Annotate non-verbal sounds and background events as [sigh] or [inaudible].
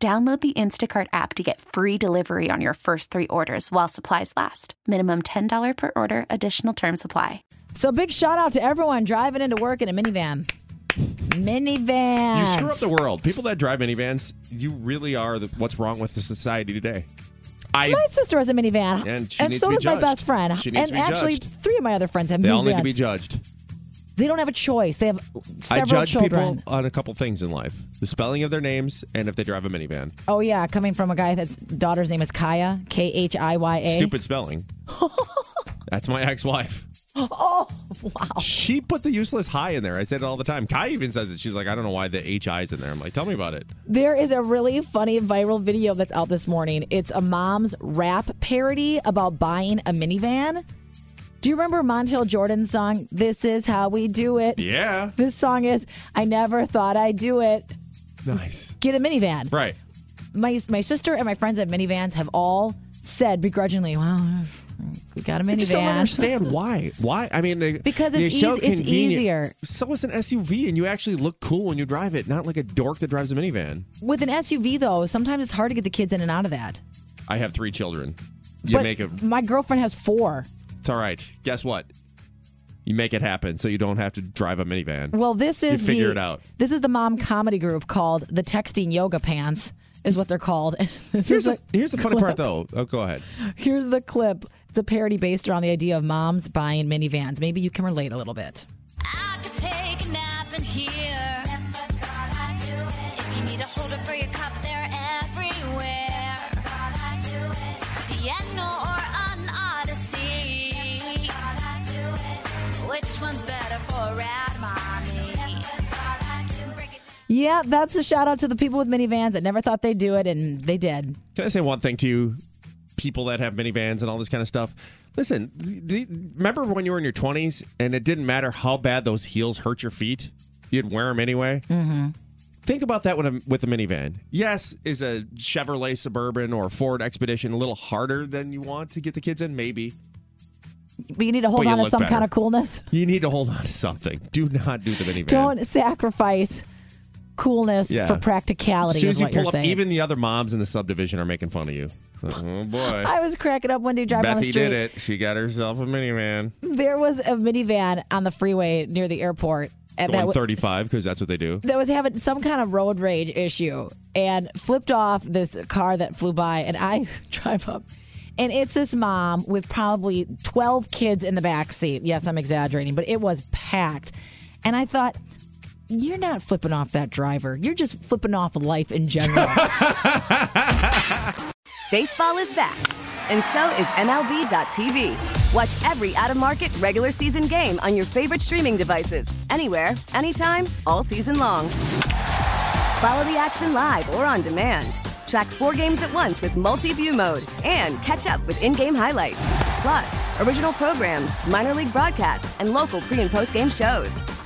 Download the Instacart app to get free delivery on your first three orders while supplies last. Minimum $10 per order, additional term supply. So big shout out to everyone driving into work in a minivan. Minivan. You screw up the world. People that drive minivans, you really are the, what's wrong with the society today. I My sister has a minivan. And she needs so to be does my judged. best friend. She needs and to be actually, judged. three of my other friends have they minivans. all need to be judged. They don't have a choice. They have I several judge children. people on a couple things in life: the spelling of their names and if they drive a minivan. Oh yeah, coming from a guy that's daughter's name is Kaya, K H I Y A. Stupid spelling. [laughs] That's my ex-wife. Oh wow. She put the useless high in there. I said it all the time. Kai even says it. She's like, I don't know why the H I is in there. I'm like, tell me about it. There is a really funny viral video that's out this morning. It's a mom's rap parody about buying a minivan. Do you remember Montel Jordan's song "This Is How We Do It"? Yeah. This song is "I Never Thought I'd Do It." Nice. Get a minivan. Right. My my sister and my friends at minivans have all said begrudgingly, "Well, we got a minivan." I just don't understand why. Why? I mean, they, Because they it's show eas- it's conveni- easier. So is an SUV, and you actually look cool when you drive it, not like a dork that drives a minivan. With an SUV though, sometimes it's hard to get the kids in and out of that. I have three children. You But make it. My girlfriend has four. It's all right. Guess what? You make it happen, so you don't have to drive a minivan. Well, this is figure the, it out. This is the mom comedy group called the Texting Yoga Pants, is what they're called. [laughs] This here's is the, here's the funny [laughs] part, though. Oh, go ahead. here's the clip. It's a parody based around the idea of moms buying minivans. Maybe you can relate a little bit. I could take a nap in here. If you need a holder for your cup, they're everywhere. Sienna or an Odyssey. Which one's better for Rad Mommy? Break it down. Yeah, that's a shout out to the people with minivans that never thought they'd do it, and they did. Can I say one thing to you, people that have minivans and all this kind of stuff? Listen, the, the- remember when you were in your 20s and it didn't matter how bad those heels hurt your feet? You'd wear them anyway? Mm-hmm. Think about that with a, with a minivan. Yes, is a Chevrolet Suburban or Ford Expedition a little harder than you want to get the kids in? Maybe. But you need to hold But you on to look some better. kind of coolness. You need to hold on to something. Do not do the minivan. Don't sacrifice coolness Yeah. for As practicality. soon is as you what pull are up, saying. even the other moms in the subdivision are making fun [laughs] of you. Oh boy. I was cracking up one day driving on the Bethy street. did it. She got herself a minivan. There was a minivan on the freeway near the airport. And that Going wa- 35 because that's what they do. that was having some kind of road rage issue and flipped off this car that flew by and I [laughs] drive up and it's this mom with probably 12 kids in the back seat. Yes, I'm exaggerating, but it was packed. And I thought you're not flipping off that driver. You're just flipping off life in general. Baseball is back, and so is MLB.tv. Watch every out of market regular season game on your favorite streaming devices, anywhere, anytime, all season long. Follow the action live or on demand. Track four games at once with multi view mode and catch up with in game highlights. Plus, original programs, minor league broadcasts, and local pre and post game shows.